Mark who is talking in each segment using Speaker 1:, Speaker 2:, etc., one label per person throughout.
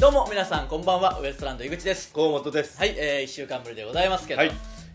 Speaker 1: どうも皆さんこんばんはウエストランド井口です
Speaker 2: 河本です
Speaker 1: はい、え1週間ぶりでございますけど、
Speaker 2: はい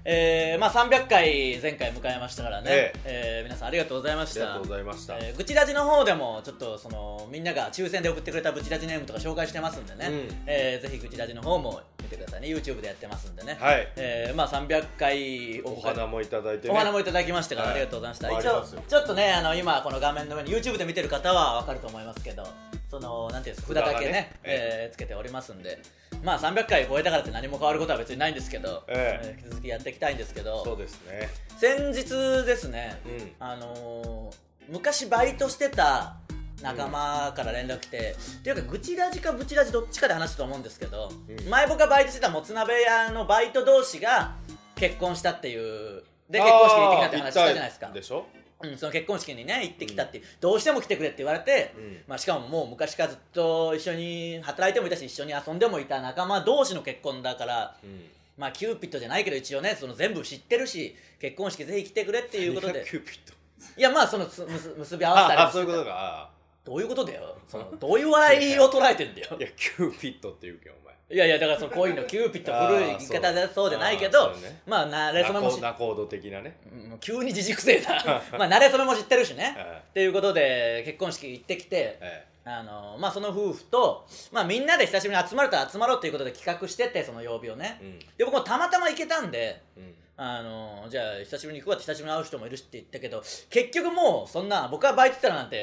Speaker 1: えーまあ、300回前回迎えましたからね
Speaker 2: え、
Speaker 1: えー皆さんありがとうございまし
Speaker 2: ありが
Speaker 1: た
Speaker 2: とうございました、
Speaker 1: えー、ブチラジの方でもちょっとそのみんなが抽選で送ってくれたブチラジネームとか紹介してますんでね、
Speaker 2: うん
Speaker 1: えーぜひブチラジの方も見てくださいね YouTube でやってますんでね、
Speaker 2: はい
Speaker 1: えーまあ、300回を
Speaker 2: お花もいただいて、ね、
Speaker 1: お花もいただきましたから、
Speaker 2: はい
Speaker 1: ありがとうございました、
Speaker 2: あり
Speaker 1: 一
Speaker 2: がと
Speaker 1: 応
Speaker 2: うございます
Speaker 1: ちょっとねあの今この画面の上に YouTube で見てる方はわかると思いますけどそのなんていうんですか
Speaker 2: 札
Speaker 1: 札だ
Speaker 2: がね
Speaker 1: けねえーつけておりますんでまあ300回超えたからって何も変わることは別にないんですけど、
Speaker 2: ええ
Speaker 1: ー引き続きやっていきたいんですけ
Speaker 2: そう
Speaker 1: ど
Speaker 2: ですね
Speaker 1: 先日ですね、
Speaker 2: うん
Speaker 1: あのー昔バイトしてた仲間から連絡来て、っていうか、ぐちラジかブチラジどっちかで話したと思うんですけど、
Speaker 2: うん
Speaker 1: 前僕がバイトしてたもつ鍋屋のバイト同士が結婚したっていう、で、
Speaker 2: あー
Speaker 1: 結婚式に行ってきたって話したじゃないです
Speaker 2: 行
Speaker 1: か
Speaker 2: った。でしょ
Speaker 1: うん、その結婚式にね、行ってきたっていう、どうしても来てくれって言われて、
Speaker 2: うん
Speaker 1: まあ、しかももう昔からずっと一緒に働いてもいたし、一緒に遊んでもいた仲間同士の結婚だから、
Speaker 2: うん
Speaker 1: まあ、キューピッドじゃないけど、一応ね、その全部知ってるし、結婚式ぜひ来てくれっていうことで。
Speaker 2: キューピッド
Speaker 1: いやまあそのつ結結び合わせたり
Speaker 2: あ
Speaker 1: も
Speaker 2: あ
Speaker 1: して
Speaker 2: そういうことか
Speaker 1: どういうことだよそのどういう笑いを捉えてんだ
Speaker 2: あ
Speaker 1: よ
Speaker 2: ーいやキューピッドって言うけんお前
Speaker 1: いやいやだからその恋のキューピッド古い言い方で
Speaker 2: あー
Speaker 1: そうでないけ
Speaker 2: あ
Speaker 1: ど
Speaker 2: ーそうね
Speaker 1: まあなれそめも
Speaker 2: ナコ
Speaker 1: し
Speaker 2: ナコード的 なね
Speaker 1: うん急に自粛 性だまあなれそめも知ってるしね
Speaker 2: え
Speaker 1: っていうことで結婚式行ってきて
Speaker 2: え
Speaker 1: あのまあその夫婦とまあみんなで久しぶりに集まると集まろうということで企画しててその曜日をね
Speaker 2: え
Speaker 1: で僕もたまたま行けたんで
Speaker 2: うんうん
Speaker 1: あのじゃあ久しぶりに行くわって久しぶりに会う人もいるしって言ったけど結局もうそんな僕がバイトしてたのなんて、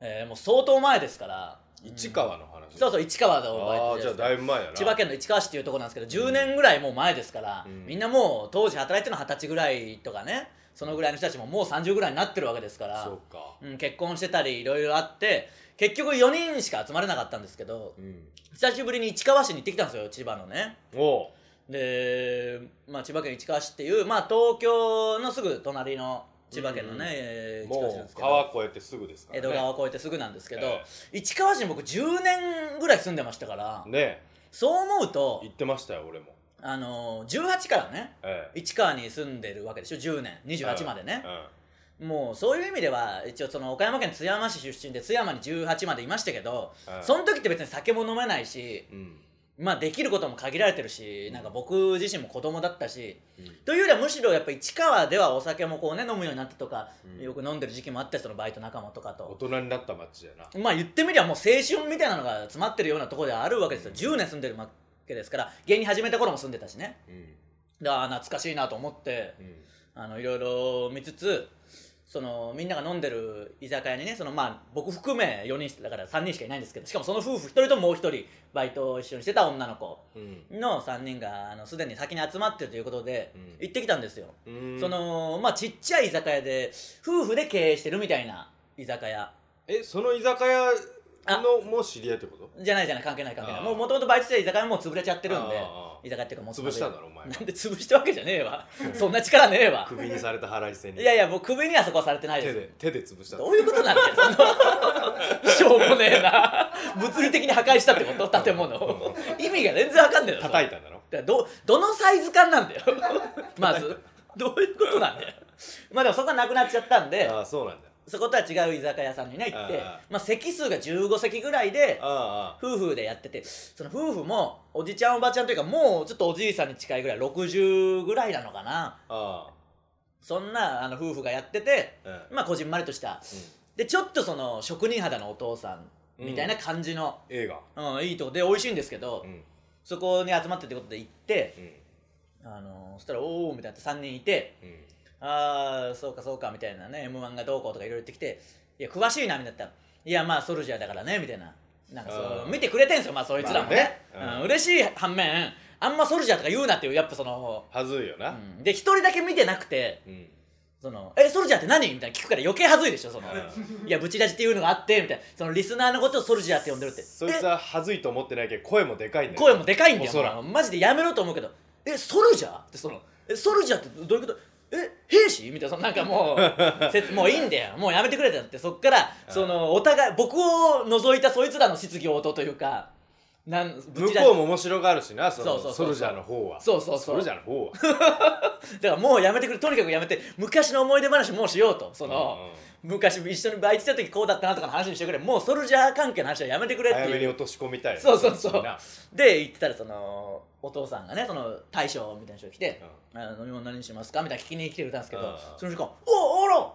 Speaker 1: えーもう相当前ですから
Speaker 2: 市川の話
Speaker 1: そうそう市川でバイ
Speaker 2: あ
Speaker 1: トし
Speaker 2: あ
Speaker 1: て
Speaker 2: じゃ
Speaker 1: たんです
Speaker 2: あだいぶ前やな
Speaker 1: 千葉県の市川市っていうところなんですけど10年ぐらいもう前ですから、
Speaker 2: うん
Speaker 1: みんなもう当時働いてるのは二十歳ぐらいとかねそのぐらいの人たちももう30ぐらいになってるわけですから
Speaker 2: そうか
Speaker 1: うん、結婚してたりいろいろあって結局4人しか集まれなかったんですけど
Speaker 2: うん
Speaker 1: 久しぶりに市川市に行ってきたんですよ千葉のね
Speaker 2: おう
Speaker 1: で、まあ、千葉県市川市っていう、まあ、東京のすぐ隣の千葉県のね、
Speaker 2: うん
Speaker 1: えー市川市なん
Speaker 2: も
Speaker 1: です
Speaker 2: う
Speaker 1: けど
Speaker 2: 川越えてすぐですから
Speaker 1: 江
Speaker 2: ね
Speaker 1: 戸川を越えてすぐなんですけど、
Speaker 2: え
Speaker 1: 市川市に僕10年ぐらい住んでましたから、
Speaker 2: ね
Speaker 1: そう思うと
Speaker 2: え行ってましたよ俺も
Speaker 1: あのー18からね
Speaker 2: ええ
Speaker 1: 市川に住んでるわけでしょ10年28までね、もうそういう意味では一応その岡山県津山市出身で津山に18までいましたけど、
Speaker 2: うん
Speaker 1: その時って別に酒も飲めないし、
Speaker 2: うん
Speaker 1: まあ、できることも限られてるしなんか僕自身も子供だったし、
Speaker 2: うん
Speaker 1: というよりはむしろやっぱ市川ではお酒もこうね飲むようになったとか、
Speaker 2: うん
Speaker 1: よく飲んでる時期もあってそのバイト仲間とか
Speaker 2: 大
Speaker 1: と
Speaker 2: 人になった街やな
Speaker 1: まあ言ってみりゃもう青春みたいなのが詰まってるようなところではあるわけですよ10年住んでるわけですから芸人始めた頃も住んでたしね
Speaker 2: うん
Speaker 1: だから懐かしいなと思って
Speaker 2: うん
Speaker 1: あのいろいろ見つつそのみんなが飲んでる居酒屋にねそのまあ僕含め4人してだから3人しかいないんですけどしかもその夫婦1人ともう1人バイトを一緒にしてた女の子
Speaker 2: うん
Speaker 1: の3人があのすでに先に集まってるということで
Speaker 2: うん
Speaker 1: 行ってきたんですよ、
Speaker 2: うん
Speaker 1: そのまあちっちゃい居酒屋で夫婦で経営してるみたいな居酒屋
Speaker 2: えその居酒屋のもう知り合いってこと
Speaker 1: じゃないじゃない関係ない関係ない
Speaker 2: あー
Speaker 1: もともとバイトしてた居酒屋もう潰れちゃってるんで
Speaker 2: あー
Speaker 1: 居酒屋っていうかもう
Speaker 2: 潰したんだろお 前は
Speaker 1: なんで潰したわけじゃねえわそんな力ねえわ
Speaker 2: クビにされた腹いせに
Speaker 1: いやいやもう首にはそこはされてないで
Speaker 2: 手
Speaker 1: す
Speaker 2: で手で潰したんだ
Speaker 1: どういうことなんだよ そのしょうもねえな物理的に破壊したってこと建物を意味が全然わかんねえだろ
Speaker 2: 叩いたんだろ
Speaker 1: だからどどのサイズ感なんだよまずどういうことなんだよまあでもそこはなくなっちゃったんで
Speaker 2: ああそうなんだ
Speaker 1: そことは違う居酒屋さんにね行って
Speaker 2: ああ
Speaker 1: まあ、席数が15席ぐらいで
Speaker 2: ああ
Speaker 1: 夫婦でやっててその夫婦もおじちゃんおばちゃんというかもうちょっとおじいさんに近いぐらい60ぐらいなのかな
Speaker 2: あ
Speaker 1: そんなあの夫婦がやってて
Speaker 2: あうん
Speaker 1: まあこじんまりとした
Speaker 2: うん
Speaker 1: でちょっとその職人肌のお父さんみたいな感じの、
Speaker 2: 映画
Speaker 1: うんいいとこで美味しいんですけど、
Speaker 2: うん
Speaker 1: そこに集まってってことで行って
Speaker 2: うん
Speaker 1: あのそしたら「おお」みたいな3人いて
Speaker 2: うん
Speaker 1: ああそうかそうかみたいなね m 1がどうこうとかいろいろ言ってきて「いや詳しいな」みたいな「いやまあソルジャーだからね」みたいななんかそううん見てくれてんすよまあそいつらもね,、
Speaker 2: まあねうん
Speaker 1: うん嬉しい反面あんまソルジャーとか言うなっていうやっぱその、
Speaker 2: はずいよ
Speaker 1: う
Speaker 2: なん
Speaker 1: で一人だけ見てなくて
Speaker 2: うん
Speaker 1: そのえソルジャーって何みたいな聞くから余計恥ずいでしょその、
Speaker 2: う
Speaker 1: いやブチラジっていうのがあってみたいなそのリスナーのことをソルジャーって呼んでるって
Speaker 2: そいつははずいと思ってないけど声もでかいんだよ
Speaker 1: 声もでかいんだ
Speaker 2: おそら
Speaker 1: よ
Speaker 2: く
Speaker 1: もうマジでやめろと思うけど「えソルジャー?」ってその「えソルジャーってどういうことえ兵士?」みたいなそのなんかも うせつもういいんだよもうやめてくれってなってそっからそのお互い僕を除いたそいつらの質疑応答というかなんぶっ
Speaker 2: 向
Speaker 1: ちだ
Speaker 2: こうも面白があるしなそ
Speaker 1: そう
Speaker 2: の
Speaker 1: そうそう
Speaker 2: ソルジャーの方は
Speaker 1: そうそうそう
Speaker 2: ソルジャー の方は
Speaker 1: だからもうやめてくれとにかくやめて昔の思い出話もうしようとその、
Speaker 2: うんうん
Speaker 1: 昔一緒にバイトした時こうだったなとかの話にしてくれもうソルジャー関係の話はやめてくれって
Speaker 2: 早めに
Speaker 1: いう
Speaker 2: 落とし込みたいな
Speaker 1: そうそうそう
Speaker 2: みんな
Speaker 1: で言ってたらそのお父さんがねその大将みたいな人が来て、あの飲み物何にしますかみたいな聞きに来てくれたんですけど、
Speaker 2: うん
Speaker 1: その時間「おおら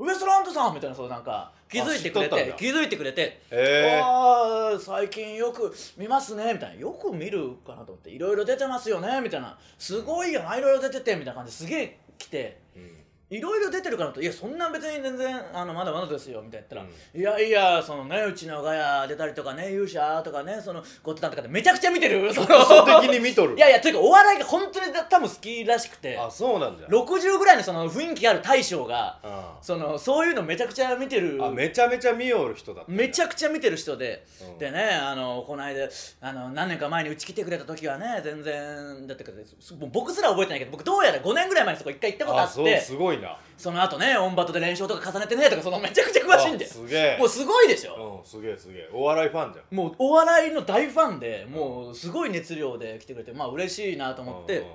Speaker 1: ウエストランドさん!」みたいなそうなんか気づいてくれ
Speaker 2: あ知っとったん
Speaker 1: て
Speaker 2: だ
Speaker 1: 気づいてくれて
Speaker 2: え
Speaker 1: あー最近よく見ますねみたいなよく見るかなと思っていろいろ出てますよねみたいなすごいよないろいろ出ててみたいな感じですげえ来て
Speaker 2: えうん
Speaker 1: いろいろ出てるかなといやそんな別に全然あのまだまだですよみたいな言ったら、
Speaker 2: う
Speaker 1: いやいやそのねうちのガヤ出たりとかね勇者とかねそのゴッドタンとかでめちゃくちゃ見て るその
Speaker 2: 基礎的に見とる
Speaker 1: いやいやというかお笑いが本当に多分好きらしくて
Speaker 2: あそうなんじゃ
Speaker 1: 60ぐらいのその雰囲気ある大将が
Speaker 2: う
Speaker 1: そのそういうのめちゃくちゃ見てる
Speaker 2: んあめちゃめちゃ見よる人だった
Speaker 1: めち
Speaker 2: ゃ
Speaker 1: ゃくちゃ見てる人で、
Speaker 2: うん
Speaker 1: でねあのこの間あの何年か前にうち来てくれた時はね全然だったけどすもう僕すら覚えてないけど僕どうやら5年ぐらい前にそこ一回行ったことあ
Speaker 2: あ
Speaker 1: っ
Speaker 2: そう
Speaker 1: てそ
Speaker 2: すごいな
Speaker 1: の後ねオンバトで連勝とか重ねてねとかそのめちゃくちゃ詳しいんで
Speaker 2: あすげえ
Speaker 1: もうすごいでしょ、
Speaker 2: うんすげえすげえお笑いファンじゃん
Speaker 1: もうお笑いの大ファンでもうすごい熱量で来てくれてまあ嬉しいなと思って、
Speaker 2: うんうん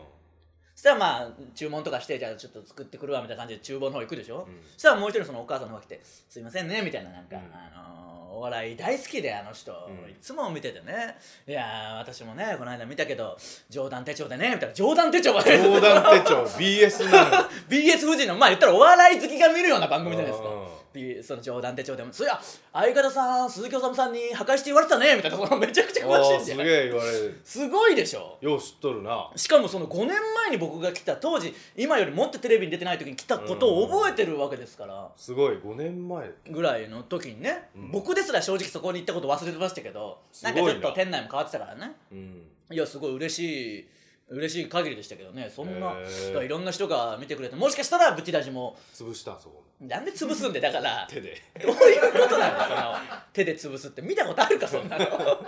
Speaker 1: そしたらまあ注文とかしてじゃあちょっと作ってくるわみたいな感じで厨房の方行くでしょ、
Speaker 2: うん
Speaker 1: そしたらもう一人そのお母さんの方が来て「すいませんね」みたいななんか、
Speaker 2: うん
Speaker 1: あのーお笑い大好きであの人、
Speaker 2: うん
Speaker 1: いつも見ててねいやー私もねこの間見たけど冗談手帳でねみたいな冗談手帳がね
Speaker 2: 冗談手帳 BS なの
Speaker 1: BS 富士のまあ言ったらお笑い好きが見るような番組じゃないですか
Speaker 2: うんうん。
Speaker 1: B- その冗談手帳でも「そりゃ相方さん鈴木おさむさんに破壊して言われてたね」みたいなそ のめちゃくちゃ詳し
Speaker 2: あ
Speaker 1: い
Speaker 2: ー
Speaker 1: んですす
Speaker 2: げ
Speaker 1: よ
Speaker 2: え言われる
Speaker 1: すごいでしょ
Speaker 2: よう知っとるな
Speaker 1: しかもその5年前に僕が来た当時今よりもっとテレビに出てない時に来たことを覚えてるわけですから、
Speaker 2: すごい5年前
Speaker 1: ぐらいの時にね、
Speaker 2: うん
Speaker 1: 僕ですら正直そこに行ったこと忘れてましたけど
Speaker 2: す
Speaker 1: な
Speaker 2: ご
Speaker 1: んか
Speaker 2: いな
Speaker 1: ちょっと店内も変わってたからね
Speaker 2: うん
Speaker 1: いやすごい嬉しい嬉しい限りでしたけどねそんな
Speaker 2: へー
Speaker 1: だからいろんな人が見てくれてもしかしたらブチラジも
Speaker 2: 潰したそこも
Speaker 1: なんで潰すんでだから
Speaker 2: 手で
Speaker 1: どういうことなんだその手で潰すって見たことあるかそんなのだか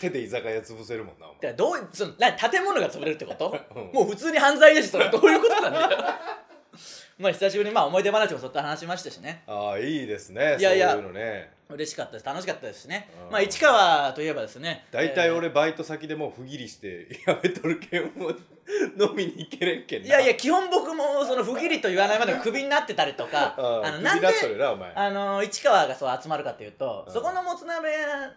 Speaker 2: 手で居酒屋潰せるもんなお
Speaker 1: ら
Speaker 2: 前
Speaker 1: どうそのな建物が潰れるってこと、
Speaker 2: うん
Speaker 1: もう普通に犯罪ですそれどういうことなんだよ まあ久しぶりにまあ思い出話もそっと話しましたしね
Speaker 2: ああいいですね
Speaker 1: いやいや
Speaker 2: そういうのね
Speaker 1: 嬉しかったです楽しかったですしね
Speaker 2: うん
Speaker 1: まあ市川といえばですね
Speaker 2: 大体俺バイト先でもう不義理して やめとるけんもう飲みに行けれんけん
Speaker 1: いやい
Speaker 2: や
Speaker 1: や基本僕もその不義理と言わないまでクビになってたりとかあの
Speaker 2: あ
Speaker 1: なんで
Speaker 2: 首だっとるなお前
Speaker 1: あの市川がそう集まるかっていうと
Speaker 2: うん
Speaker 1: そこのもつ鍋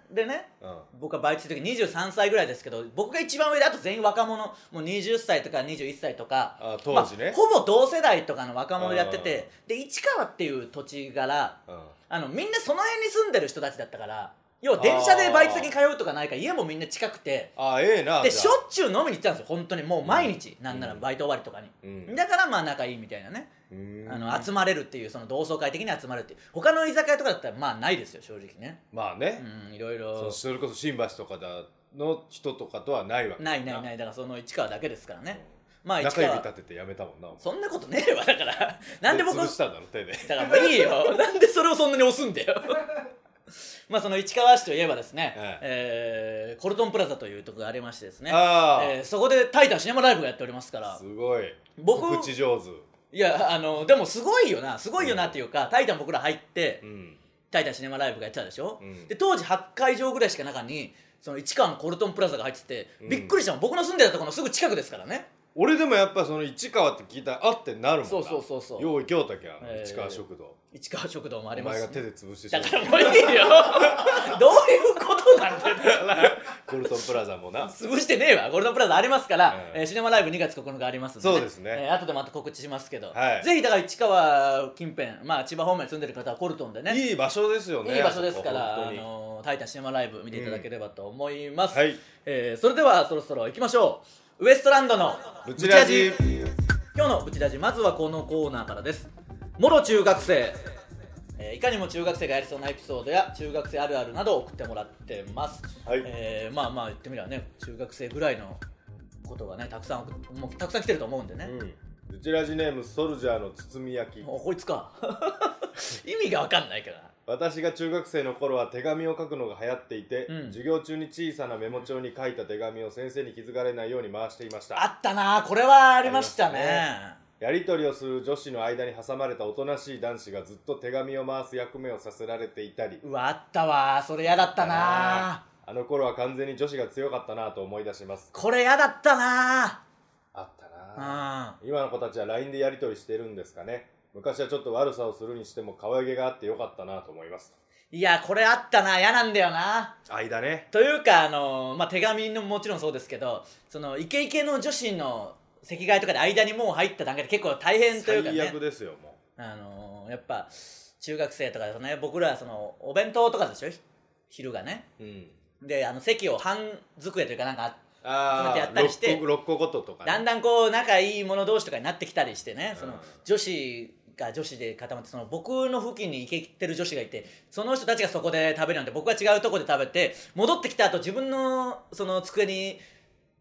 Speaker 1: でね
Speaker 2: うん
Speaker 1: 僕はバイトしてる時23歳ぐらいですけど僕が一番上であと全員若者もう20歳とか21歳とか
Speaker 2: あ当時ね
Speaker 1: まあほぼ同世代とかの若者やっててで市川っていう土地柄
Speaker 2: うん
Speaker 1: あのみんなその辺に住んでる人たちだったから要は電車でバイト先に通うとかないから家もみんな近くて
Speaker 2: ああええな
Speaker 1: で
Speaker 2: じゃあ
Speaker 1: しょっちゅう飲みに行ってたんですよ本当にもう毎日、なんなら
Speaker 2: うん
Speaker 1: バイト終わりとかに。
Speaker 2: うん
Speaker 1: だからまあ仲いいみたいなね、
Speaker 2: うん
Speaker 1: あの集まれるっていうその同窓会的に集まるっていう他の居酒屋とかだったらまあないですよ正直ね
Speaker 2: まあね
Speaker 1: うんいろい
Speaker 2: そ
Speaker 1: ろ
Speaker 2: うそれこそ新橋とかだの人とかとはないわけ
Speaker 1: ないないないいだからその市川だけですからね、まあ市
Speaker 2: 中指
Speaker 1: 川
Speaker 2: 立ててやめたもんなお前
Speaker 1: そんなことねえわだからなんで僕
Speaker 2: 潰したんだろ手で
Speaker 1: だからもういい よなんでそれをそんなに押すんだよまあその市川市といえばですね、
Speaker 2: え
Speaker 1: えーコルトンプラザというとこがありましてですね、
Speaker 2: あ
Speaker 1: えーそこでタイタンシネマライブがやっておりますか
Speaker 2: あ
Speaker 1: ら
Speaker 2: すごい
Speaker 1: 僕
Speaker 2: 告知上手
Speaker 1: いやあのでもすごいよなすごいよなっていうか、タイタン僕ら入って、
Speaker 2: うん
Speaker 1: 「タイタンシネマライブ」がやってたでしょ、
Speaker 2: うん
Speaker 1: で当時8会場ぐらいしか中にその市川のコルトンプラザが入ってて、
Speaker 2: うん
Speaker 1: びっくりしたの僕の住んでたところのすぐ近くですからね
Speaker 2: 俺でもやっぱその市川って聞いたらあってなるもんな
Speaker 1: そうそうそうそう
Speaker 2: よう行きょうたきゃ
Speaker 1: えー
Speaker 2: 市川食堂
Speaker 1: 市川食堂もあり
Speaker 2: お
Speaker 1: ま
Speaker 2: 前
Speaker 1: す
Speaker 2: が
Speaker 1: し
Speaker 2: 手で潰してし
Speaker 1: だ
Speaker 2: まっ
Speaker 1: か
Speaker 2: た
Speaker 1: らもういいよ どういうことなんだよだから
Speaker 2: コルトンプラザもな
Speaker 1: 潰してねえわコルトンプラザありますから、
Speaker 2: ええ
Speaker 1: えーシネマライブ2月9日ありますんで、
Speaker 2: そうですね
Speaker 1: えー後でまた告知しますけど、
Speaker 2: はい
Speaker 1: ぜひだから市川近辺まあ千葉方面に住んでる方はコルトンでね
Speaker 2: いい場所ですよね
Speaker 1: いい場所ですか
Speaker 2: あそこ
Speaker 1: ら「あ
Speaker 2: 本当に
Speaker 1: のータイタンシネマライブ」見ていただければと思います、
Speaker 2: はい
Speaker 1: えーそれではそろそろ行きましょうウエストランドの
Speaker 2: ブチラジ
Speaker 1: 今日のブチラジまずはこのコーナーからですもろ中学生、えーいかにも中学生がやりそうなエピソードや中学生あるあるなどを送ってもらってます、
Speaker 2: はい
Speaker 1: えーまあまあ言ってみればね中学生ぐらいのことがねたくさん送っもうたくさん来てると思うんでね、
Speaker 2: うんブチラジネームソルジャーの包み焼き
Speaker 1: もうこいつか 意味がわかんないから
Speaker 2: 私が中学生の頃は手紙を書くのが流行っていて、
Speaker 1: うん
Speaker 2: 授業中に小さなメモ帳に書いた手紙を先生に気づかれないように回していました
Speaker 1: あったなこれはありましたね
Speaker 2: やり取りをする女子の間に挟まれたおとなしい男子がずっと手紙を回す役目をさせられていたり
Speaker 1: うわあったわそれ嫌だったな
Speaker 2: ああの頃は完全に女子が強かったなと思い出します
Speaker 1: これ嫌だったな
Speaker 2: あったな
Speaker 1: あ
Speaker 2: 今の子たちは LINE でやり取りしてるんですかね昔はちょっと悪さをするにしても可愛げがあってよかったなと思います
Speaker 1: うんいやこれあったな嫌なんだよな
Speaker 2: 間ね
Speaker 1: というかあの、まあ、手紙のもちろんそうですけどそのイケイケの女子の席替えとかで間にもう入った段階で結構大変というか
Speaker 2: 最
Speaker 1: ね
Speaker 2: 悪ですよも
Speaker 1: あのやっぱ中学生とかですね僕らはそのお弁当とかでしょひ昼がね
Speaker 2: ううん
Speaker 1: であの席を半机というかなんかそうや
Speaker 2: あ
Speaker 1: ってやっ
Speaker 2: あ
Speaker 1: たりして
Speaker 2: 6個ごととかね
Speaker 1: だんだんこう仲いい者同士とかになってきたりしてね、その
Speaker 2: うん
Speaker 1: 女子が女子で固まってその僕の付近に行けてる女子がいてその人たちがそこで食べるなんて僕は違うとこで食べて戻ってきた後自分のその机に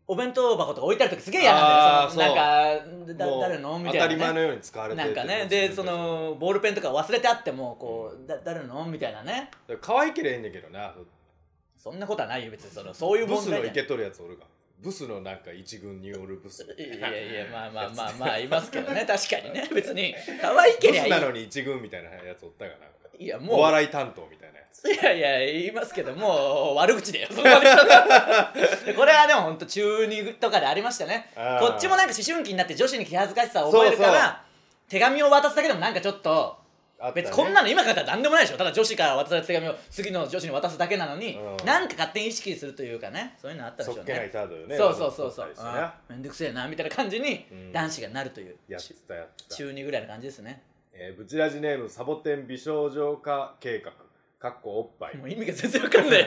Speaker 1: お弁当箱とか置いてある時すげえ嫌なんだよそのなんか
Speaker 2: も
Speaker 1: だ
Speaker 2: う
Speaker 1: 誰のみ
Speaker 2: 当
Speaker 1: た
Speaker 2: たり
Speaker 1: いな、
Speaker 2: 前の
Speaker 1: ね、
Speaker 2: ように使われて
Speaker 1: なんかね
Speaker 2: っていう
Speaker 1: でそのボールペンとか忘れてあってもこうだ誰のみたいなね
Speaker 2: 可愛ければいいんだけどな
Speaker 1: そんなことはないよ別にそのそういう
Speaker 2: ブ
Speaker 1: 問
Speaker 2: スの
Speaker 1: 題
Speaker 2: い
Speaker 1: じゃ
Speaker 2: けとるやつおるがブスのなんか一軍におるブス
Speaker 1: ないいやいやまあまあまあまあいますけど ね確かにね別に可愛け
Speaker 2: ブ
Speaker 1: りゃい
Speaker 2: ス
Speaker 1: い
Speaker 2: なのに一軍みたいなやつおったがなんか
Speaker 1: いやもう
Speaker 2: お笑い担当みたいなやつ
Speaker 1: いやいや言いますけどもう悪口だよそこまで これはでも本当中二とかでありましたね
Speaker 2: あー
Speaker 1: こっちもなんか思春期になって女子に気恥ずかしさを覚えるから
Speaker 2: そうそう
Speaker 1: 手紙を渡すだけでもなんかちょっと
Speaker 2: あったね
Speaker 1: 別にこんなの今からだったら何でもないでしょただ女子から渡された手紙を次の女子に渡すだけなのに、
Speaker 2: うん
Speaker 1: なんか勝手に意識するというかねそういうのあったでし
Speaker 2: そ
Speaker 1: ょう
Speaker 2: っけない
Speaker 1: ね
Speaker 2: カードよね
Speaker 1: そうそうそうそ
Speaker 2: 取
Speaker 1: う
Speaker 2: ったりしてね
Speaker 1: あーめんどくせえなみたいな感じに
Speaker 2: うん
Speaker 1: 男子がなるという、
Speaker 2: やってたやってた
Speaker 1: 中二ぐらいの感じですね
Speaker 2: えーブチラジネームサボテン美少女化計画かっこおっぱい
Speaker 1: もう意味が全然わかん ないよ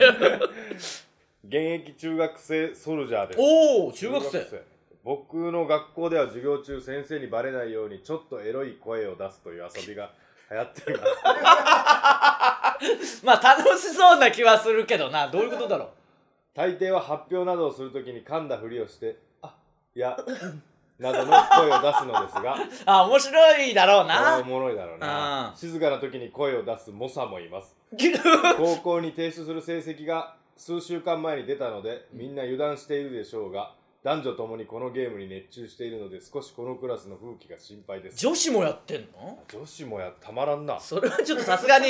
Speaker 2: 現役中学生ソルジャーです
Speaker 1: おお中学生
Speaker 2: 僕の学校では授業中先生にバレないようにちょっとエロい声を出すという 遊びが流行っています
Speaker 1: まあ楽しそうな気はするけどなどういうことだろう
Speaker 2: 大抵は発表などをするときに噛んだふりをして「あい や」などの声を出すのですが
Speaker 1: あ面白いだろう
Speaker 2: これはお
Speaker 1: な
Speaker 2: もろいだろうな
Speaker 1: うん
Speaker 2: 静かな時に声を出す猛者もいます高校に提出する成績が数週間前に出たのでみんな油断しているでしょうが男女ともにこのゲームに熱中しているので少しこのクラスの風紀が心配です
Speaker 1: 女子もやってんの
Speaker 2: 女子もやたまらんな
Speaker 1: それはちょっとさすがに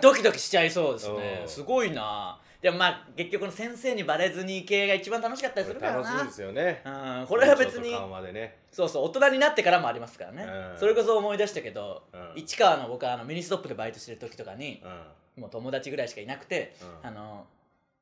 Speaker 1: ドキドキしちゃいそうですね
Speaker 2: うん
Speaker 1: すごいなでもまあ結局の先生にバレずに系が一番楽しかったりするから
Speaker 2: 楽しい
Speaker 1: な
Speaker 2: ですよね
Speaker 1: うん、これは別に
Speaker 2: ちょっと緩和でね
Speaker 1: そうそう大人になってからもありますからね、
Speaker 2: うん
Speaker 1: それこそ思い出したけど、
Speaker 2: うん
Speaker 1: 市川の僕はあのミニストップでバイトしてる時とかに
Speaker 2: うん
Speaker 1: もう友達ぐらいしかいなくて、
Speaker 2: うん
Speaker 1: あの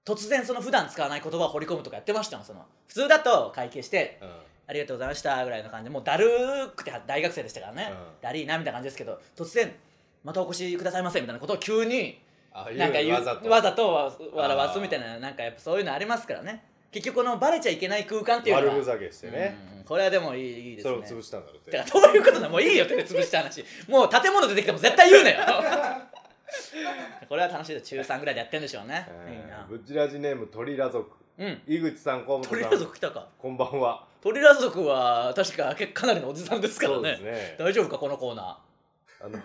Speaker 1: 突然その普段使わない言葉を掘り込むとかやってましたもんその普通だと会計して
Speaker 2: うん
Speaker 1: 「ありがとうございました」ぐらいの感じでもうだるーくて大学生でしたからね、
Speaker 2: うん
Speaker 1: だりーなみたいな感じですけど突然「またお越しくださいませ」みたいなことを急に
Speaker 2: ああい
Speaker 1: なんか言う
Speaker 2: わざと
Speaker 1: わざとわ笑わすみたいななんかやっぱそういうのありますからね結局このバレちゃいけない空間っていうの
Speaker 2: 悪
Speaker 1: は
Speaker 2: ふざけしてね、
Speaker 1: うんこれはでもいいいいで
Speaker 2: そ
Speaker 1: す
Speaker 2: れ
Speaker 1: ね
Speaker 2: を潰したんだろうって
Speaker 1: だからどういうことだもういいよ手で潰した 話もう建物出てきても絶対言うなよこれは楽しいです中3ぐらいでやってるんでしょうね、
Speaker 2: うん
Speaker 1: いいな
Speaker 2: ブッチラジネーム鳥ラ族
Speaker 1: うん
Speaker 2: 井口さん河
Speaker 1: ト
Speaker 2: 本
Speaker 1: リ
Speaker 2: さ
Speaker 1: ラ
Speaker 2: ん
Speaker 1: 族来たか
Speaker 2: こんばんは
Speaker 1: トリラ族は確か結構かなりのおじさんですから
Speaker 2: そう
Speaker 1: ね
Speaker 2: ですね
Speaker 1: 大丈夫かこのコーナー
Speaker 2: あの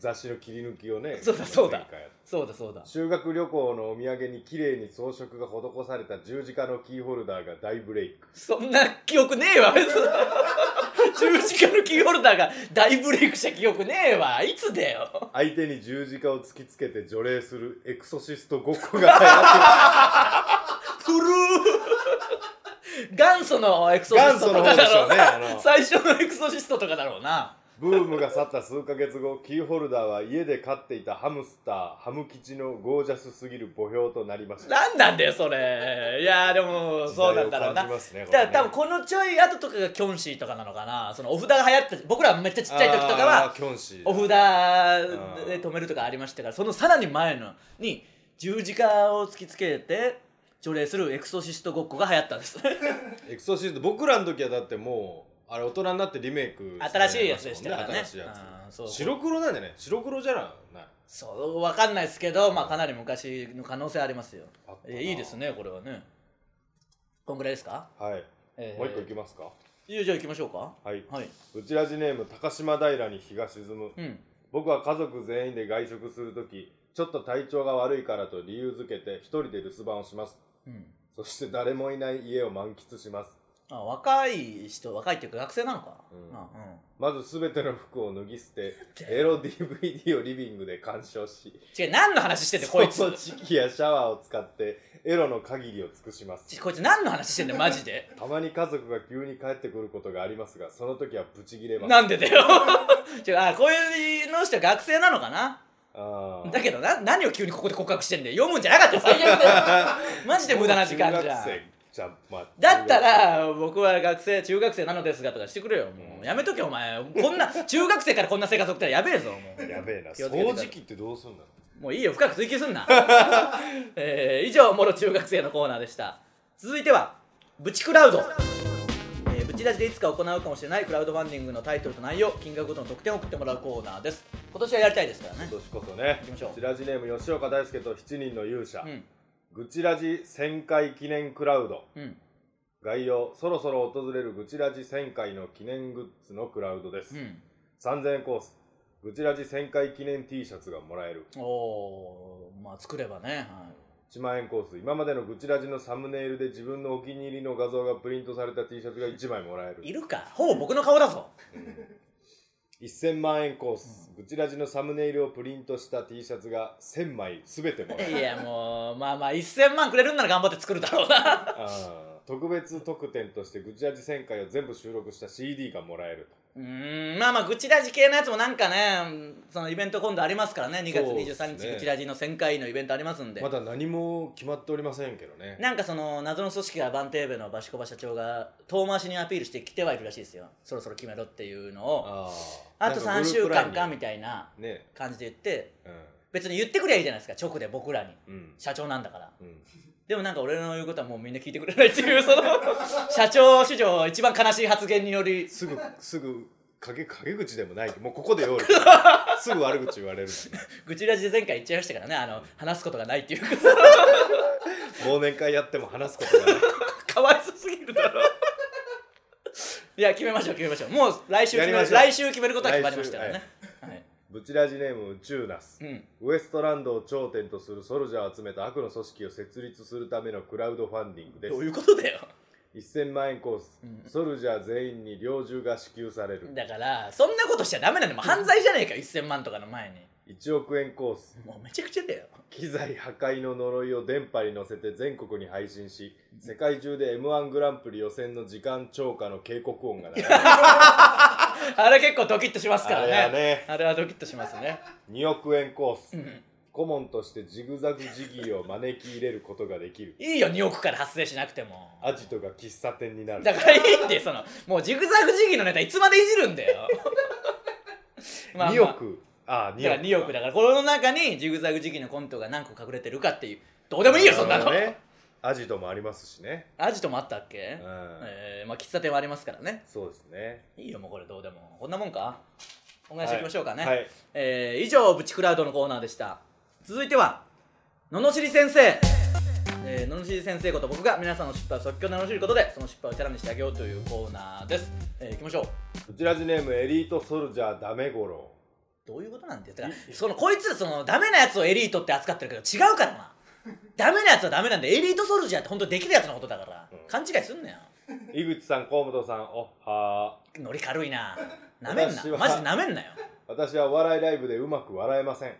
Speaker 2: 雑誌の切り抜きをね
Speaker 1: そうだそうだ
Speaker 2: 前回やっ
Speaker 1: そうだそうだ
Speaker 2: た修学旅行のお土産に綺麗に装飾が施された十字架のキーホルダーが大ブレイ ク
Speaker 1: そんな記憶ねえわ 別に十字架のキーホルダーが大ブレイクした記憶ねえわいつだよ
Speaker 2: 相手に十字架を突きつけて除霊するエクソシスト5個が流行
Speaker 1: 古ー元祖のエクソシ ストとかだろう
Speaker 2: 元祖の方でしょうねあ
Speaker 1: な
Speaker 2: の
Speaker 1: 最初のエクソシストとかだろうな
Speaker 2: ってるブームが去った数ヶ月後キーホルダーは家で飼っていたハムスターハム吉のゴージャスすぎる墓標となりました
Speaker 1: なんなんだよそれいやーでもそうなんだろうな
Speaker 2: 時代を感じますね
Speaker 1: だから
Speaker 2: これね
Speaker 1: 多分このちょい後とかがキョンシーとかなのかなそのお札が流行った僕らめっちゃちっちゃい時とか
Speaker 2: あ
Speaker 1: は
Speaker 2: ーキョンシー
Speaker 1: お札で止めるとかありましたからそのさらに前のに十字架を突きつけて除霊するエクソシストごっこが流行ったんです
Speaker 2: エクソシスト僕らの時はだってもうあれ大人になってリメイクされ
Speaker 1: 新しいやつでしたからね
Speaker 2: 新しいや
Speaker 1: うん
Speaker 2: つ
Speaker 1: そう
Speaker 2: 白黒なんだよね白黒じゃない
Speaker 1: そうわかんないですけど、まあ、かなり昔の可能性ありますよ
Speaker 2: あったな
Speaker 1: えいいですねこれはねこんぐらいですか、
Speaker 2: はい、
Speaker 1: えー
Speaker 2: もう一個いきますか
Speaker 1: いやじゃあ行きましょうか
Speaker 2: はい、
Speaker 1: はいう
Speaker 2: ちらじネーム高島平に日が沈む、
Speaker 1: うん
Speaker 2: 僕は家族全員で外食するときちょっと体調が悪いからと理由づけて一人で留守番をします
Speaker 1: うん
Speaker 2: そして誰もいない家を満喫します
Speaker 1: あ若い人若いっていうか学生なのか、
Speaker 2: うん
Speaker 1: あうん
Speaker 2: まず全ての服を脱ぎ捨てエロ DVD をリビングで鑑賞し
Speaker 1: 違う何の話しててこいつ
Speaker 2: 掃除機やシャワーを使ってエロの限りを尽くします
Speaker 1: ちこいつ何の話してんだよマジで
Speaker 2: たまに家族が急に帰ってくることがありますがその時はブチギレ ます
Speaker 1: なんでだよ ちょあこういうの人学生なのかな
Speaker 2: あー
Speaker 1: だけどな何を急にここで告白してんだよ読むんじゃなかったよ最悪だよ マジで無駄な時間じゃん
Speaker 2: 中学生じゃんまあ
Speaker 1: だったら僕は学生中学生なのですがとかしてくれよもうやめとけお前こんな中学生からこんな生活送ったらやべえぞもう
Speaker 2: やべえな
Speaker 1: 気をつけてくだ
Speaker 2: 掃
Speaker 1: さい
Speaker 2: 除機ってどうすんだろ
Speaker 1: もういいよ深く追求す んな、えー以上もろ中学生のコーナーでした続いてはブチクラウドえーブチラジでいつか行うかもしれないクラウドファンディングのタイトルと内容金額ごとの得点を送ってもらうコーナーです今年はやりたいですからね
Speaker 2: 今年こそね
Speaker 1: 行きましょう
Speaker 2: チラジネーム吉岡大輔と7人の勇者、
Speaker 1: うん
Speaker 2: 愚痴ラジ1000回記念クラウド
Speaker 1: うん
Speaker 2: 概要そろそろ訪れる愚痴ラジ1000回の記念グッズのクラウドです、
Speaker 1: うん
Speaker 2: 3000円コース愚痴ラジ1000回記念 T シャツがもらえる
Speaker 1: おおーまあ作ればね、は
Speaker 2: 1万円コース今までの愚痴ラジのサムネイルで自分のお気に入りの画像がプリントされた T シャツが1枚もらえる
Speaker 1: い、いるかほぼ僕の顔だぞ
Speaker 2: 1000万円コース、愚痴ラジのサムネイルをプリントした T シャツが1000枚全てもらえる
Speaker 1: いやもうまあまあ1000万くれるんなら頑張って作るだろうな
Speaker 2: あー特別特典として愚痴ラジ1000回を全部収録した CD がもらえる
Speaker 1: うーんまあまあ愚痴ラジ系のやつもなんかねそのイベント今度ありますからね2月
Speaker 2: そうっすね
Speaker 1: 23日、愚痴ラジの1000回のイベントありますんで、
Speaker 2: とまだ何も決まっておりませんけどね
Speaker 1: なんかその謎の組織がバンテーベのバシコバ社長が遠回しにアピールしてきてはいるらしいですよそろそろ決めろっていうのを
Speaker 2: あ
Speaker 1: あと3週間かみ
Speaker 2: た
Speaker 1: たいない
Speaker 2: なね
Speaker 1: 感じで言って
Speaker 2: う
Speaker 1: 別に言ってくりゃいいじゃないですか直で僕らに
Speaker 2: んうん
Speaker 1: 社長なんだから
Speaker 2: うん
Speaker 1: でもなんか俺の言うことはもうみんな聞いてくれないって いうその社長史上一番悲しい発言により
Speaker 2: すぐすぐ陰陰口でもないもうここで よ俺すぐ悪口言われる
Speaker 1: 愚痴ラジで前回言っちゃいましたからねあの話すことがないっていうか
Speaker 2: 忘年会やっても話すことがない
Speaker 1: かわいそすぎる だろいや決めましょう決めましょうもう来週決め
Speaker 2: やりま
Speaker 1: る
Speaker 2: しょう
Speaker 1: 来週決めることは決まりましたからね、はい
Speaker 2: ブチラジネーム宇宙ナス
Speaker 1: うん、
Speaker 2: ウエストランドを頂点とするソルジャーを集めた悪の組織を設立するためのクラウドファンディングで
Speaker 1: どう
Speaker 2: す
Speaker 1: いうことだよ
Speaker 2: 1000万円コース、
Speaker 1: うん
Speaker 2: ソルジャー全員に猟銃が支給される
Speaker 1: だからそんなことしちゃダメなのもう犯罪じゃねえか1000万とかの前に
Speaker 2: 1億円コース
Speaker 1: もうめちゃくちゃだよ
Speaker 2: 機材破壊の呪いを電波に乗せて全国に配信し世界中で m 1グランプリ予選の時間超過の警告音が鳴る
Speaker 1: あれ結構ドキッとしますからね
Speaker 2: あれはね
Speaker 1: あれはドキッとしますね
Speaker 2: 2億円コース、
Speaker 1: ん
Speaker 2: 顧問としてジグザグジギーを招き入れることができる
Speaker 1: いいよ2億から発生しなくても
Speaker 2: アジトが喫茶店になる
Speaker 1: だからいいってそのもうジグザグジギーのネタいつまでいじるんだ よまあまあ
Speaker 2: 2億ああ
Speaker 1: だから2億だからこの中にジグザグジギーのコントが何個隠れてるかっていうどうでもいいよそんなの、
Speaker 2: あねアジトもありますしね
Speaker 1: アジトもあったっけ
Speaker 2: うん、
Speaker 1: えー、まあ喫茶店はありますからね
Speaker 2: そうですね
Speaker 1: いいよもうこれどうでもこんなもんかお願いしていきましょうかね、
Speaker 2: はい
Speaker 1: えー以上ブチクラウドのコーナーでした続いては罵り先生えー、罵り先生こと僕が皆さんの失敗を即興で罵ることでその失敗をチャラにしてあげようというコーナーです、えー、いきましょう
Speaker 2: こちらジネームエリートソルジャーダメゴロ
Speaker 1: どういうことなんて言ったらそのこいつそのダメなやつをエリートって扱ってるけど違うから なダメなやつはダメなんでエリートソルジャーって本当できるやつのことだから、
Speaker 2: うん
Speaker 1: 勘違いすんなよ
Speaker 2: 井口さん河本さんおっはー
Speaker 1: ノリ軽い ななめんなマ
Speaker 2: 私
Speaker 1: ジで
Speaker 2: は
Speaker 1: なめんなよ
Speaker 2: 私はお笑いライブでうまく笑えません
Speaker 1: う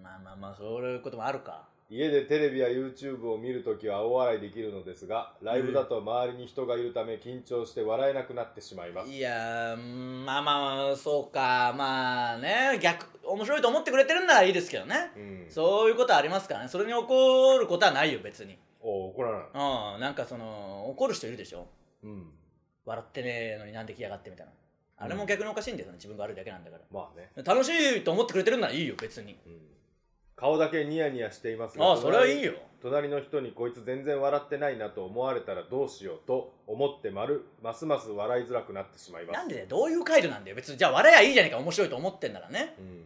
Speaker 1: んまあまあまあそういうこともあるか
Speaker 2: 家でテレビや YouTube を見るときは大笑いできるのですがライブだと周りに人がいるため緊張して笑えなくなってしまいます
Speaker 1: いやーまあまあそうかまあね逆面白いと思ってくれてるんならいいですけどね、
Speaker 2: うん
Speaker 1: そういうことはありますからねそれに怒ることはないよ別に
Speaker 2: お怒らない
Speaker 1: うんなんかその怒る人いるでしょ
Speaker 2: うん
Speaker 1: 笑ってねえのになんで来やがってみたいなあれも逆におかしいんだよ、自分が悪いだけなんだか
Speaker 2: まあね、
Speaker 1: ら楽しいと思ってくれてるんならいいよ別に
Speaker 2: うん、顔だけニヤニヤしていますが
Speaker 1: ああそれはいいよ
Speaker 2: 隣の人にこいつ全然笑ってないなと思われたらどうしようと思ってまるますます笑いづらくなってしまいま
Speaker 1: なん
Speaker 2: す、
Speaker 1: でだよどういう態度なんだよ別にじゃあ笑えばいいじゃねえか面白いと思ってんならね
Speaker 2: うん、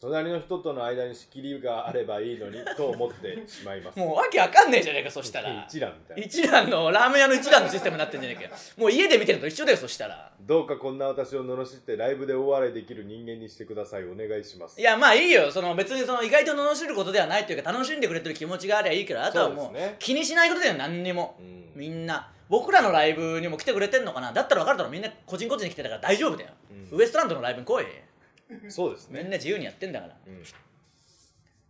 Speaker 2: 隣の人との間に仕切りがあればいいのにと思ってしまい ます
Speaker 1: もうわけわかんねえじゃねえかそした ら
Speaker 2: 一覧みたいな
Speaker 1: 一蘭のラーメン屋の一蘭のシステムになってんじゃねえかよもう家で見てるのと一緒だよそしたら
Speaker 2: どうかこんな私を罵ってライブで大笑いできる人間にしてくださいお願いします
Speaker 1: いやまあいいよその別にその意外と罵ることではないというか楽しんでくれてる気持ちがありゃいいけどあとはも
Speaker 2: そう
Speaker 1: う
Speaker 2: ですね
Speaker 1: 気にしないことだよ何にも
Speaker 2: う、ん
Speaker 1: みんな僕らのライブにも来てくれてんのかなだったら分かるだろみんな個人個人に来てたから大丈夫だよ、
Speaker 2: うん
Speaker 1: ウエストランドのライブに来い
Speaker 2: そうです
Speaker 1: みん
Speaker 2: ね
Speaker 1: な自由にやってんだから
Speaker 2: うん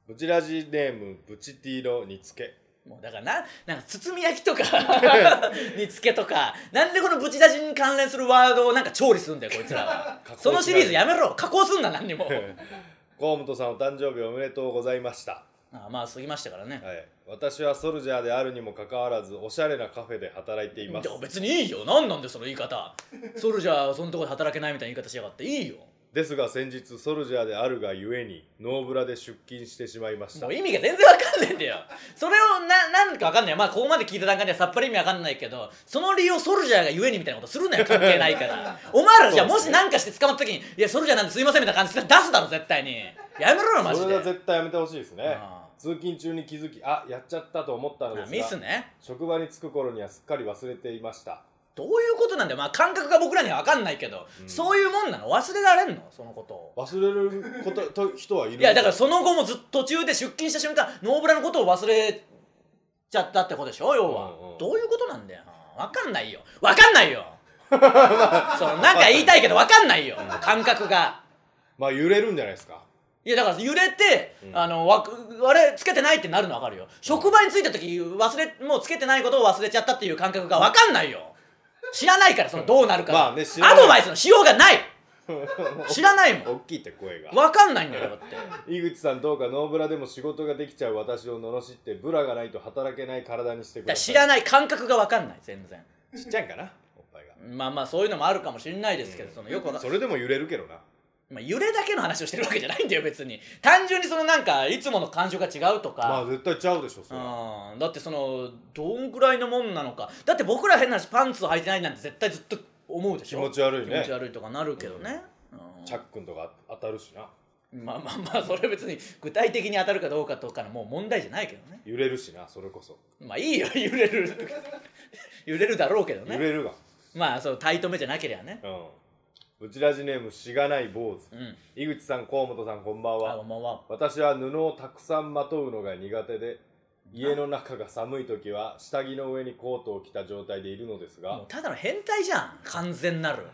Speaker 2: ブチラジネームブチティロにつけ
Speaker 1: もうだからななんか包み焼きと か煮付けとかなんでこのぶち出しに関連するワードをなんか調理するんだよこいつらは
Speaker 2: 加工しない
Speaker 1: そのシリーズやめろ加工すんな何 にも
Speaker 2: 河本さんお誕生日おめでとうございました、
Speaker 1: あまあ過ぎましたからね、
Speaker 2: はい、私はソルジャーであるにもかかわらずおしゃれなカフェで働いています
Speaker 1: でも別にいいよ何なんだよその言い方ソルジャーはそのとこで働けないみたいな言い方しやがっていいよ
Speaker 2: ですが先日ソルジャーであるがゆえにノーブラで出勤してしまいました
Speaker 1: もう意味が全然わかんないんだよそれをななんかわかんないまあここまで聞いた段階ではさっぱり意味わかんないけどその理由をソルジャーがゆえにみたいなことするなよ関係ないからお前らじゃあ
Speaker 2: そう
Speaker 1: も
Speaker 2: です
Speaker 1: し
Speaker 2: ね
Speaker 1: 何かして捕まった時に「いやソルジャーなんですいません」みたいな感じで出すだろ絶対にやめろよマジ
Speaker 2: そ
Speaker 1: で
Speaker 2: れは絶対やめてほしいですね
Speaker 1: ああ
Speaker 2: 通勤中に気づきあやっちゃったと思ったので
Speaker 1: あ
Speaker 2: すが
Speaker 1: ミスね
Speaker 2: 職場に着く頃にはすっかり忘れていました
Speaker 1: どういうことなんだよまあ感覚が僕らにはわかんないけど、そういうもんなの忘れられんのそのことを
Speaker 2: 忘れることと人はいる
Speaker 1: いやだからその後もずっと途中で出勤した瞬間ノーブラのことを忘れちゃったってことでしょ要は、
Speaker 2: うんうん
Speaker 1: どういうことなんだよ分かんないよ分かん ないよそのなんか言いたいけど分かんないよ感覚が
Speaker 2: まあ揺れるんじゃないですか
Speaker 1: いやだから揺れて、
Speaker 2: うん
Speaker 1: あのわあれつけてないってなるの分かるよ職場に着いた時忘れもうつけてないことを忘れちゃったっていう感覚が分かんないよ知らないからそのどうなるか、
Speaker 2: まあね知らない
Speaker 1: アドバイスのしようが ない知らないもん
Speaker 2: 大きいって声が
Speaker 1: 分かんないんだよだって
Speaker 2: 井口さんどうかノーブラでも仕事ができちゃう私を罵ってブラがないと働けない体にして
Speaker 1: だ
Speaker 2: く
Speaker 1: から
Speaker 2: ださ
Speaker 1: 知
Speaker 2: い
Speaker 1: らない感覚が分かんない全然
Speaker 2: ちっちゃいんかなおっぱいが
Speaker 1: まあまあそういうのもあるかもしれないですけど、そのよくわかん
Speaker 2: それでも揺れるけどな
Speaker 1: まあ、揺れだけの話をしてるわけじゃないんだよ別に 単純にそのなんかいつもの感情が違うと
Speaker 2: まあ
Speaker 1: か、
Speaker 2: 絶対ちゃうでしょそれは
Speaker 1: うん、だってそのどんぐらいのもんなのかだって僕ら変な話パンツ履いてないなんて絶対ずっと思うでしょ
Speaker 2: 気持ち悪いね
Speaker 1: 気持ち悪いとかなるけどね、うん
Speaker 2: チャックンとか当たるしな
Speaker 1: まあまあまあそれ別に具体的に当たるかどうかとかのもう問題じゃないけどね
Speaker 2: 揺れるしなそれこそ
Speaker 1: まあいいよ 揺れる揺れるだろうけどね
Speaker 2: 揺れるが
Speaker 1: まあそうタイトめじゃなければね
Speaker 2: うんうちラジネームしがない坊主
Speaker 1: うん
Speaker 2: 井口さん河本さんこんばん
Speaker 1: あ
Speaker 2: は
Speaker 1: まあまあ
Speaker 2: 私は布をたくさんまとうのが苦手で家の中が寒い時は下着の上にコートを着た状態でいるのですが
Speaker 1: もうただの変態じゃん完全なる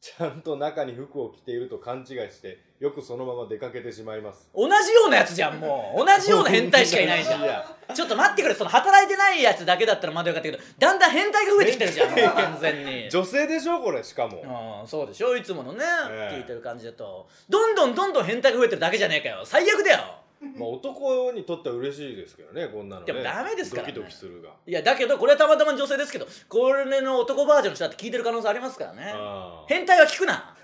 Speaker 2: ちゃんと中に服を着ていると勘違いしてよくそのまま出かけてしまいます
Speaker 1: 同じようなやつじゃんもう同じような変態しかいないじゃ
Speaker 2: いや
Speaker 1: んちょっと待ってくれその働いてないやつだけだったらまだよかったけどだんだん変態が増えてきてるじ ゃんもう完全に
Speaker 2: 女性でしょこれしかも
Speaker 1: うん、そうでしょいつものね、
Speaker 2: ええ
Speaker 1: 聞いてる感じだとどんどんどんどん変態が増えてるだけじゃねえかよ最悪だよ
Speaker 2: まあ男にとっては嬉しいですけどねこんなのね
Speaker 1: でもダメですからね
Speaker 2: ドキドキするが
Speaker 1: いやだけどこれはたまたま女性ですけどこれの男バージョンの人だって聞いてる可能性ありますからね
Speaker 2: あー
Speaker 1: 変態は聞くな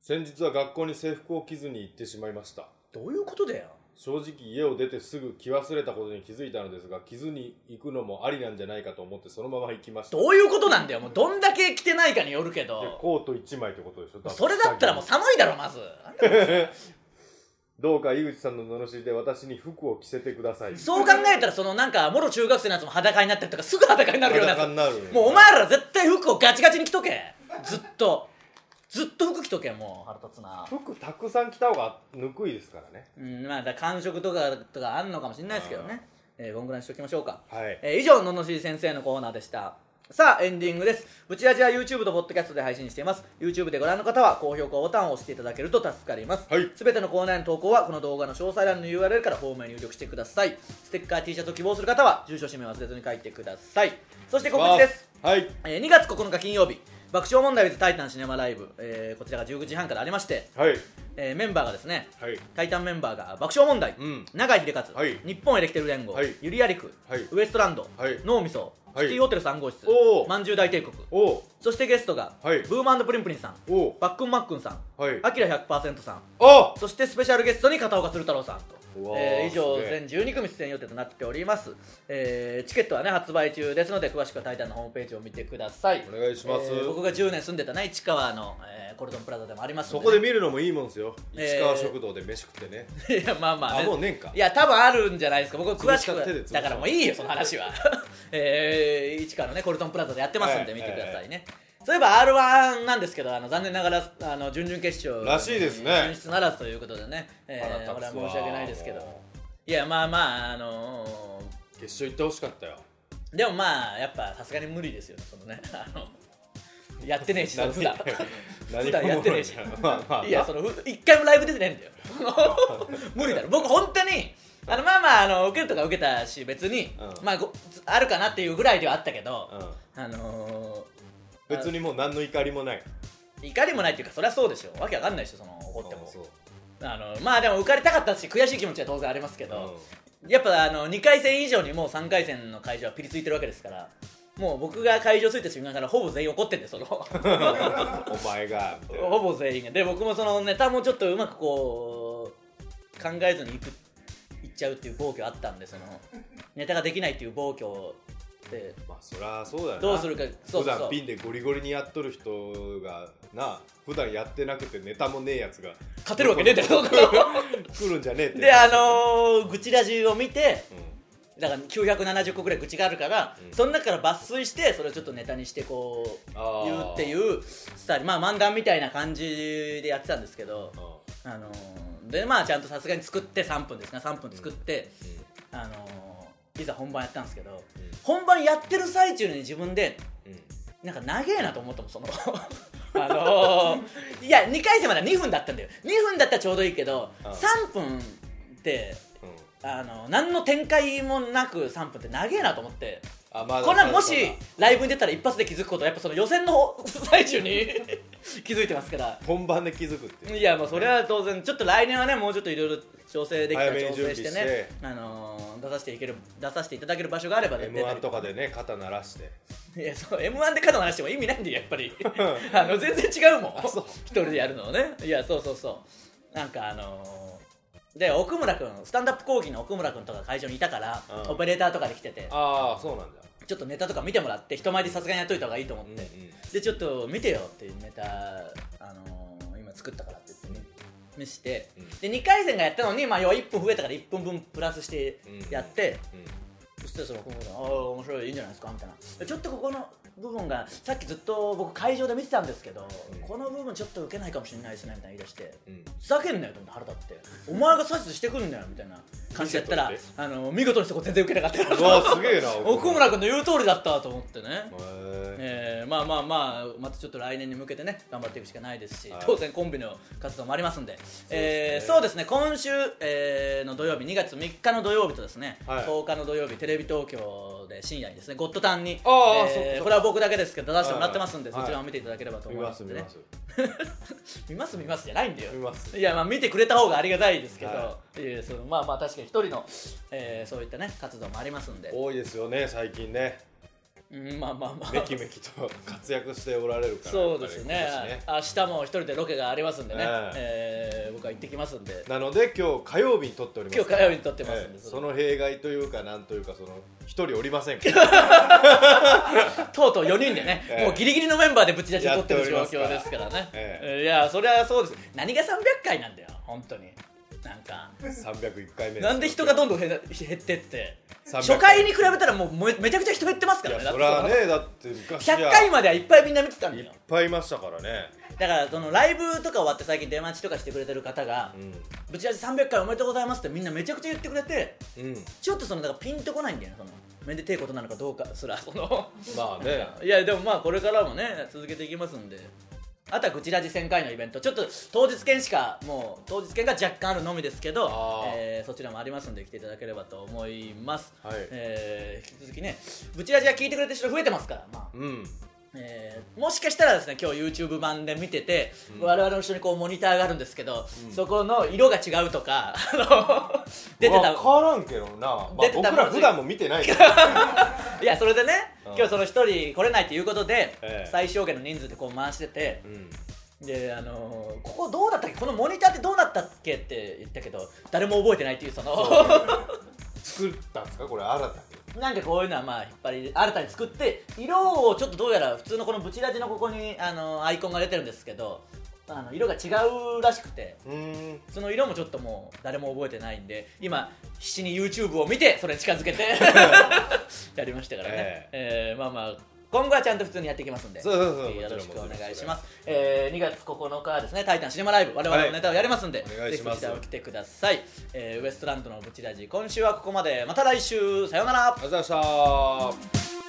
Speaker 2: 先日は学校に制服を着ずに行ってしまいました
Speaker 1: どういうことだよ
Speaker 2: 正直家を出てすぐ着忘れたことに気づいたのですが着ずに行くのもありなんじゃないかと思ってそのまま行きました
Speaker 1: どういうことなんだよもうどんだけ来てないかによるけ
Speaker 2: で
Speaker 1: ど
Speaker 2: コート1枚ってことでしょ多分
Speaker 1: それだったらもう寒いだろまず
Speaker 2: どうか井口さんの罵りで私に服を着せてください
Speaker 1: そう考えたらそのなんかもろ中学生のやつも裸になったりとかすぐ裸になるようなや
Speaker 2: 裸
Speaker 1: つ
Speaker 2: になる
Speaker 1: もうお前ら絶対服をガチガチに着とけずっとずっと服着とけもう腹立つな
Speaker 2: 服たくさん着た方がぬくいですからね
Speaker 1: うんまあだから感触とかとかあんのかもしれないですけどねえー、こんぐらいにしときましょうか
Speaker 2: はい
Speaker 1: えー以上ののしり先生のコーナーでしたさあエンディングですブチラジは YouTube と Podcast で配信しています YouTube でご覧の方は高評価ボタンを押していただけると助かります
Speaker 2: はい
Speaker 1: すべてのコーナーの投稿はこの動画の詳細欄の URL からフォームへ入力してくださいステッカー T シャツを希望する方は住所氏名を忘れずに書いてくださいそして告知です
Speaker 2: はい
Speaker 1: えー2月9日金曜日爆笑問題 with タイタンシネマライブ、えーこちらが19時半からありまして、
Speaker 2: はい
Speaker 1: えーメンバーがですね
Speaker 2: はい
Speaker 1: タイタンメンバーが爆笑問題、
Speaker 2: うん
Speaker 1: 永井秀和、
Speaker 2: はい
Speaker 1: 日本エレキテル連合、
Speaker 2: はい
Speaker 1: ゆりやりく、
Speaker 2: はい
Speaker 1: ウエストランド、
Speaker 2: はい
Speaker 1: 脳みそ、
Speaker 2: はい
Speaker 1: シティホテル3号室
Speaker 2: おー
Speaker 1: まんじゅう大帝国
Speaker 2: おお
Speaker 1: そしてゲストが、
Speaker 2: はい
Speaker 1: ブーマンプリンプリンさん
Speaker 2: おお
Speaker 1: バックンマックンさん
Speaker 2: はい
Speaker 1: アキラ100%さん
Speaker 2: あ
Speaker 1: そしてスペシャルゲストに片岡鶴太郎さんと
Speaker 2: うわ、ー
Speaker 1: えー以上
Speaker 2: すげえ
Speaker 1: 全12組出演予定となっております、えーチケットはね発売中ですので詳しくは「タイタン」のホームページを見てください
Speaker 2: お願いします
Speaker 1: えー僕が10年住んでたね市川の、えーコルトンプラザでもあります
Speaker 2: そ
Speaker 1: の
Speaker 2: こで
Speaker 1: ね
Speaker 2: 見るのもいいもんですよ
Speaker 1: えー
Speaker 2: 市川食堂で飯食ってね
Speaker 1: いやまあまあ、
Speaker 2: あもうねんか
Speaker 1: いや多分あるんじゃないですか僕詳しく
Speaker 2: 潰し
Speaker 1: は
Speaker 2: た手で潰した
Speaker 1: だからもういいよその話 はえー、市川のねコルトンプラザでやってますんで
Speaker 2: はい
Speaker 1: 見てくださいね、そういえば r 1なんですけどあの残念ながらあの準々決勝
Speaker 2: らしいですね
Speaker 1: 進出ならずということでね、え
Speaker 2: 腹
Speaker 1: ー、
Speaker 2: 立
Speaker 1: これは
Speaker 2: つわ
Speaker 1: 申し訳ないですけど
Speaker 2: も
Speaker 1: いやまあまああの
Speaker 2: う決勝行ってほしかったよ
Speaker 1: ーでもまあやっぱさすがに無理ですよねそのね あのやってねえしその普段普段やってねえし
Speaker 2: まあまあまあ
Speaker 1: いやそのふ一回もライブ出てないんだよ無理だろ僕本当にあのまあまああの受けるとか受けたし別に、
Speaker 2: うん
Speaker 1: まあごあるかなっていうぐらいではあったけど、
Speaker 2: うん、
Speaker 1: あの
Speaker 2: 別にもう何の怒りもない
Speaker 1: ー、怒りもないっていうかそりゃそうでしょわけわかんないでしょその怒っても
Speaker 2: そう
Speaker 1: あのまあでも受かりたかったし悔しい気持ちは当然ありますけ
Speaker 2: そう
Speaker 1: ど、やっぱあの2回戦以上にもう3回戦の会場はピリついてるわけですからもう僕が会場ついた瞬間からほぼ全員怒ってんでそのほ
Speaker 2: うんお前がみたいな
Speaker 1: ぼ全員がで僕もそのネタもちょっとうまくこう考えずにいくいっちゃうっていう暴挙あったんでそのネタができないっていう暴挙って
Speaker 2: まあそりゃそうだよな
Speaker 1: どうするかそうそう
Speaker 2: 普
Speaker 1: そ
Speaker 2: 段
Speaker 1: う
Speaker 2: ピンでゴリゴリにやっとる人がな普段やってなくてネタもねえやつが
Speaker 1: 勝てるわけねえだろ
Speaker 2: 来るんじゃねえって
Speaker 1: であのー、愚痴ラジを見て
Speaker 2: う
Speaker 1: だから970個ぐらい愚痴があるから、
Speaker 2: うん
Speaker 1: その中から抜粋してそれをちょっとネタにしてこう
Speaker 2: あー
Speaker 1: 言うっていうスタイルまあ漫談みたいな感じでやってたんですけど、
Speaker 2: んうん
Speaker 1: あのーでまあちゃんとさすがに作って3分ですね3分作って、あのーいざ本番やったんですけど本番やってる最中に自分で
Speaker 2: うんうん
Speaker 1: なんか長えなと思ったもんそのあのー いや2回戦まで2分だったんだよ2分だったらちょうどいいけど
Speaker 2: うん
Speaker 1: 3分って
Speaker 2: うん
Speaker 1: あの何の展開もなく3分って長えなと思って
Speaker 2: あまあ
Speaker 1: これはも
Speaker 2: そう
Speaker 1: し
Speaker 2: だ
Speaker 1: ライブに出たら一発で気づくことはやっぱその予選の最中に 気づいてますから
Speaker 2: 本番で気づくっていう
Speaker 1: いやまあそれは当然ちょっと来年はねもうちょっといろいろ調整できたら
Speaker 2: 早め
Speaker 1: 調
Speaker 2: に
Speaker 1: 整して
Speaker 2: 準備し
Speaker 1: ね
Speaker 2: て
Speaker 1: あのー出させていける出させていただける場所があればね
Speaker 2: m 1とかでね肩鳴らして
Speaker 1: いやそう m 1で肩の話しても意味ないんだよやっぱ りあの全然違うもん
Speaker 2: あそう
Speaker 1: 一人でやるのをねいやそうそうそうなんかあのーで奥村君スタンダップ講義の奥村君とか会場にいたから、
Speaker 2: うん
Speaker 1: オペレーターとかで来てて
Speaker 2: ああそうなんだ
Speaker 1: ちょっとネタとか見てもらって人前でさすがにやっといた方がいいと思っ
Speaker 2: う
Speaker 1: て、
Speaker 2: んうん
Speaker 1: でちょっと見てよっていうネタ、あのー今作ったからって言ってね見して、
Speaker 2: うん
Speaker 1: で2回戦がやったのに、まあ、要は1分増えたから1分分プラスしてやって、そしたらその今後ああ面白いいいんじゃないですかみたいなでちょっとここの部分がさっきずっと僕会場で見てたんですけど、
Speaker 2: うん
Speaker 1: この部分ちょっと受けないかもしれないですねみたいな言い出して。
Speaker 2: うんうん
Speaker 1: ふざけんなよと思って腹立ってお前が指図してくんなよみたいな感じでやったら
Speaker 2: 見せとい
Speaker 1: あの見事にそこ全然受けなかったか
Speaker 2: うわ
Speaker 1: ら
Speaker 2: すげえな
Speaker 1: 奥村君の言う通りだったと思ってね、
Speaker 2: へえ
Speaker 1: えーまあまあまあまたちょっと来年に向けてね頑張っていくしかないですし、
Speaker 2: はい
Speaker 1: 当然コンビの活動もありますんでそう,、えー
Speaker 2: そ
Speaker 1: そうう
Speaker 2: で
Speaker 1: ですね今週、えーの土曜日2月3日の土曜日とですね、
Speaker 2: はい
Speaker 1: 10日の土曜日テレビ東京で深夜にですね「ゴッドタンに」
Speaker 2: ああそっかそっ
Speaker 1: え
Speaker 2: か
Speaker 1: ーこれは僕だけですけど出してもらってますんで、
Speaker 2: はいはい
Speaker 1: そちらを見ていただければと
Speaker 2: 見
Speaker 1: 思いま
Speaker 2: ますす
Speaker 1: ん
Speaker 2: 見
Speaker 1: でね
Speaker 2: ます
Speaker 1: 見ます見ますじゃないんだよ
Speaker 2: 見ます
Speaker 1: いやまあ見てくれた方がありがたいですけど、、
Speaker 2: はい
Speaker 1: やそのまあまあ確かに一人の、えーそういったね活動もありますんで、
Speaker 2: 多いですよね最近ね
Speaker 1: うん、まあまあまあ
Speaker 2: めきめきと活躍しておられるから
Speaker 1: そうですね
Speaker 2: やっぱり今年
Speaker 1: 明日も一人でロケがありますんでね、
Speaker 2: え
Speaker 1: えー僕は行ってきますんで
Speaker 2: なので今日火曜日に撮っております
Speaker 1: 今日火曜日に撮ってますんで
Speaker 2: ええ、
Speaker 1: そ
Speaker 2: そ
Speaker 1: の
Speaker 2: の弊害というかなんというかその一人おりませんか ら
Speaker 1: とうとう4人でね、
Speaker 2: ええ
Speaker 1: もうギリギリのメンバーでぶち出しで撮ってる状
Speaker 2: やってお
Speaker 1: 況
Speaker 2: り
Speaker 1: で
Speaker 2: ますす
Speaker 1: か
Speaker 2: から
Speaker 1: ね、
Speaker 2: え
Speaker 1: いやそれはそうです何が300回なんだよ本当になんか
Speaker 2: 301回目です
Speaker 1: なんで人がどんどん減ら減ってって
Speaker 2: 300
Speaker 1: 初回に比べたらもうめめちゃくちゃ人減ってますか
Speaker 2: い
Speaker 1: ら
Speaker 2: や
Speaker 1: ね
Speaker 2: そりゃ
Speaker 1: だって
Speaker 2: ねだって昔
Speaker 1: 100回まではいっぱいみんな見てたん
Speaker 2: い
Speaker 1: だ
Speaker 2: っ
Speaker 1: よ
Speaker 2: ぱいいましたからね
Speaker 1: だからそのライブとか終わって最近出待ちとかしてくれてる方が「
Speaker 2: う
Speaker 1: ぶち出し300回おめでとうございます」ってみんなめちゃくちゃ言ってくれて
Speaker 2: ん、うん、
Speaker 1: ちょっとそのだからピンとこないんだよねそのめでてえことなのかどうかすら その
Speaker 2: まあね
Speaker 1: いやでもまあこれからもね続けていきますんであとは「ぐちラジ1000回」のイベントちょっと当日券しかもう当日券が若干あるのみですけど
Speaker 2: あ、ー
Speaker 1: えーそちらもありますんで来ていただければと思います、
Speaker 2: はい
Speaker 1: えー引き続きね「ぶちラジ」は聞いてくれてる人増えてますからまあ
Speaker 2: うん
Speaker 1: えーもしかしたらですね今日 YouTube 版で見てて、
Speaker 2: うん
Speaker 1: 我々の後ろにこうモニターがあるんですけど、
Speaker 2: うん
Speaker 1: そこの色が違うとかあの出てた
Speaker 2: 分からんけどな、まあ、
Speaker 1: 出て
Speaker 2: 僕
Speaker 1: た
Speaker 2: ら普段も見 てないから
Speaker 1: いやそれでね、
Speaker 2: うん
Speaker 1: 今日その1人来れないということで、
Speaker 2: ええ
Speaker 1: 最小限の人数でこう回してて
Speaker 2: うん
Speaker 1: であのーここどうだったっけこのモニターってどうだったっけって言ったけど誰も覚えてないっていうその
Speaker 2: 作ったんですかこれ新た に
Speaker 1: なんかこういうのはまあ引っ張り新たに作って色をちょっとどうやら普通のこのブチラジのここにあのーアイコンが出てるんですけどあの色が違うらしくて。
Speaker 2: うーん
Speaker 1: その色もちょっともう誰も覚えてないんで今必死に YouTube を見てそれに近づ けてやりましたからね、え
Speaker 2: え
Speaker 1: ーまあまあ今後はちゃんと普通にやっていきますんで
Speaker 2: そうそうそう
Speaker 1: ぜひよろしく
Speaker 2: もち
Speaker 1: お
Speaker 2: ろんもちろん
Speaker 1: 願いします、えー、2月9日はですね「タイタンシネマライブ」我々のネタをやりますんで、
Speaker 2: はいお願いします
Speaker 1: ぜひそちらを来てください、えーウエストランドのブチラジ今週はここまでまた来週さようなら
Speaker 2: ありがとうございました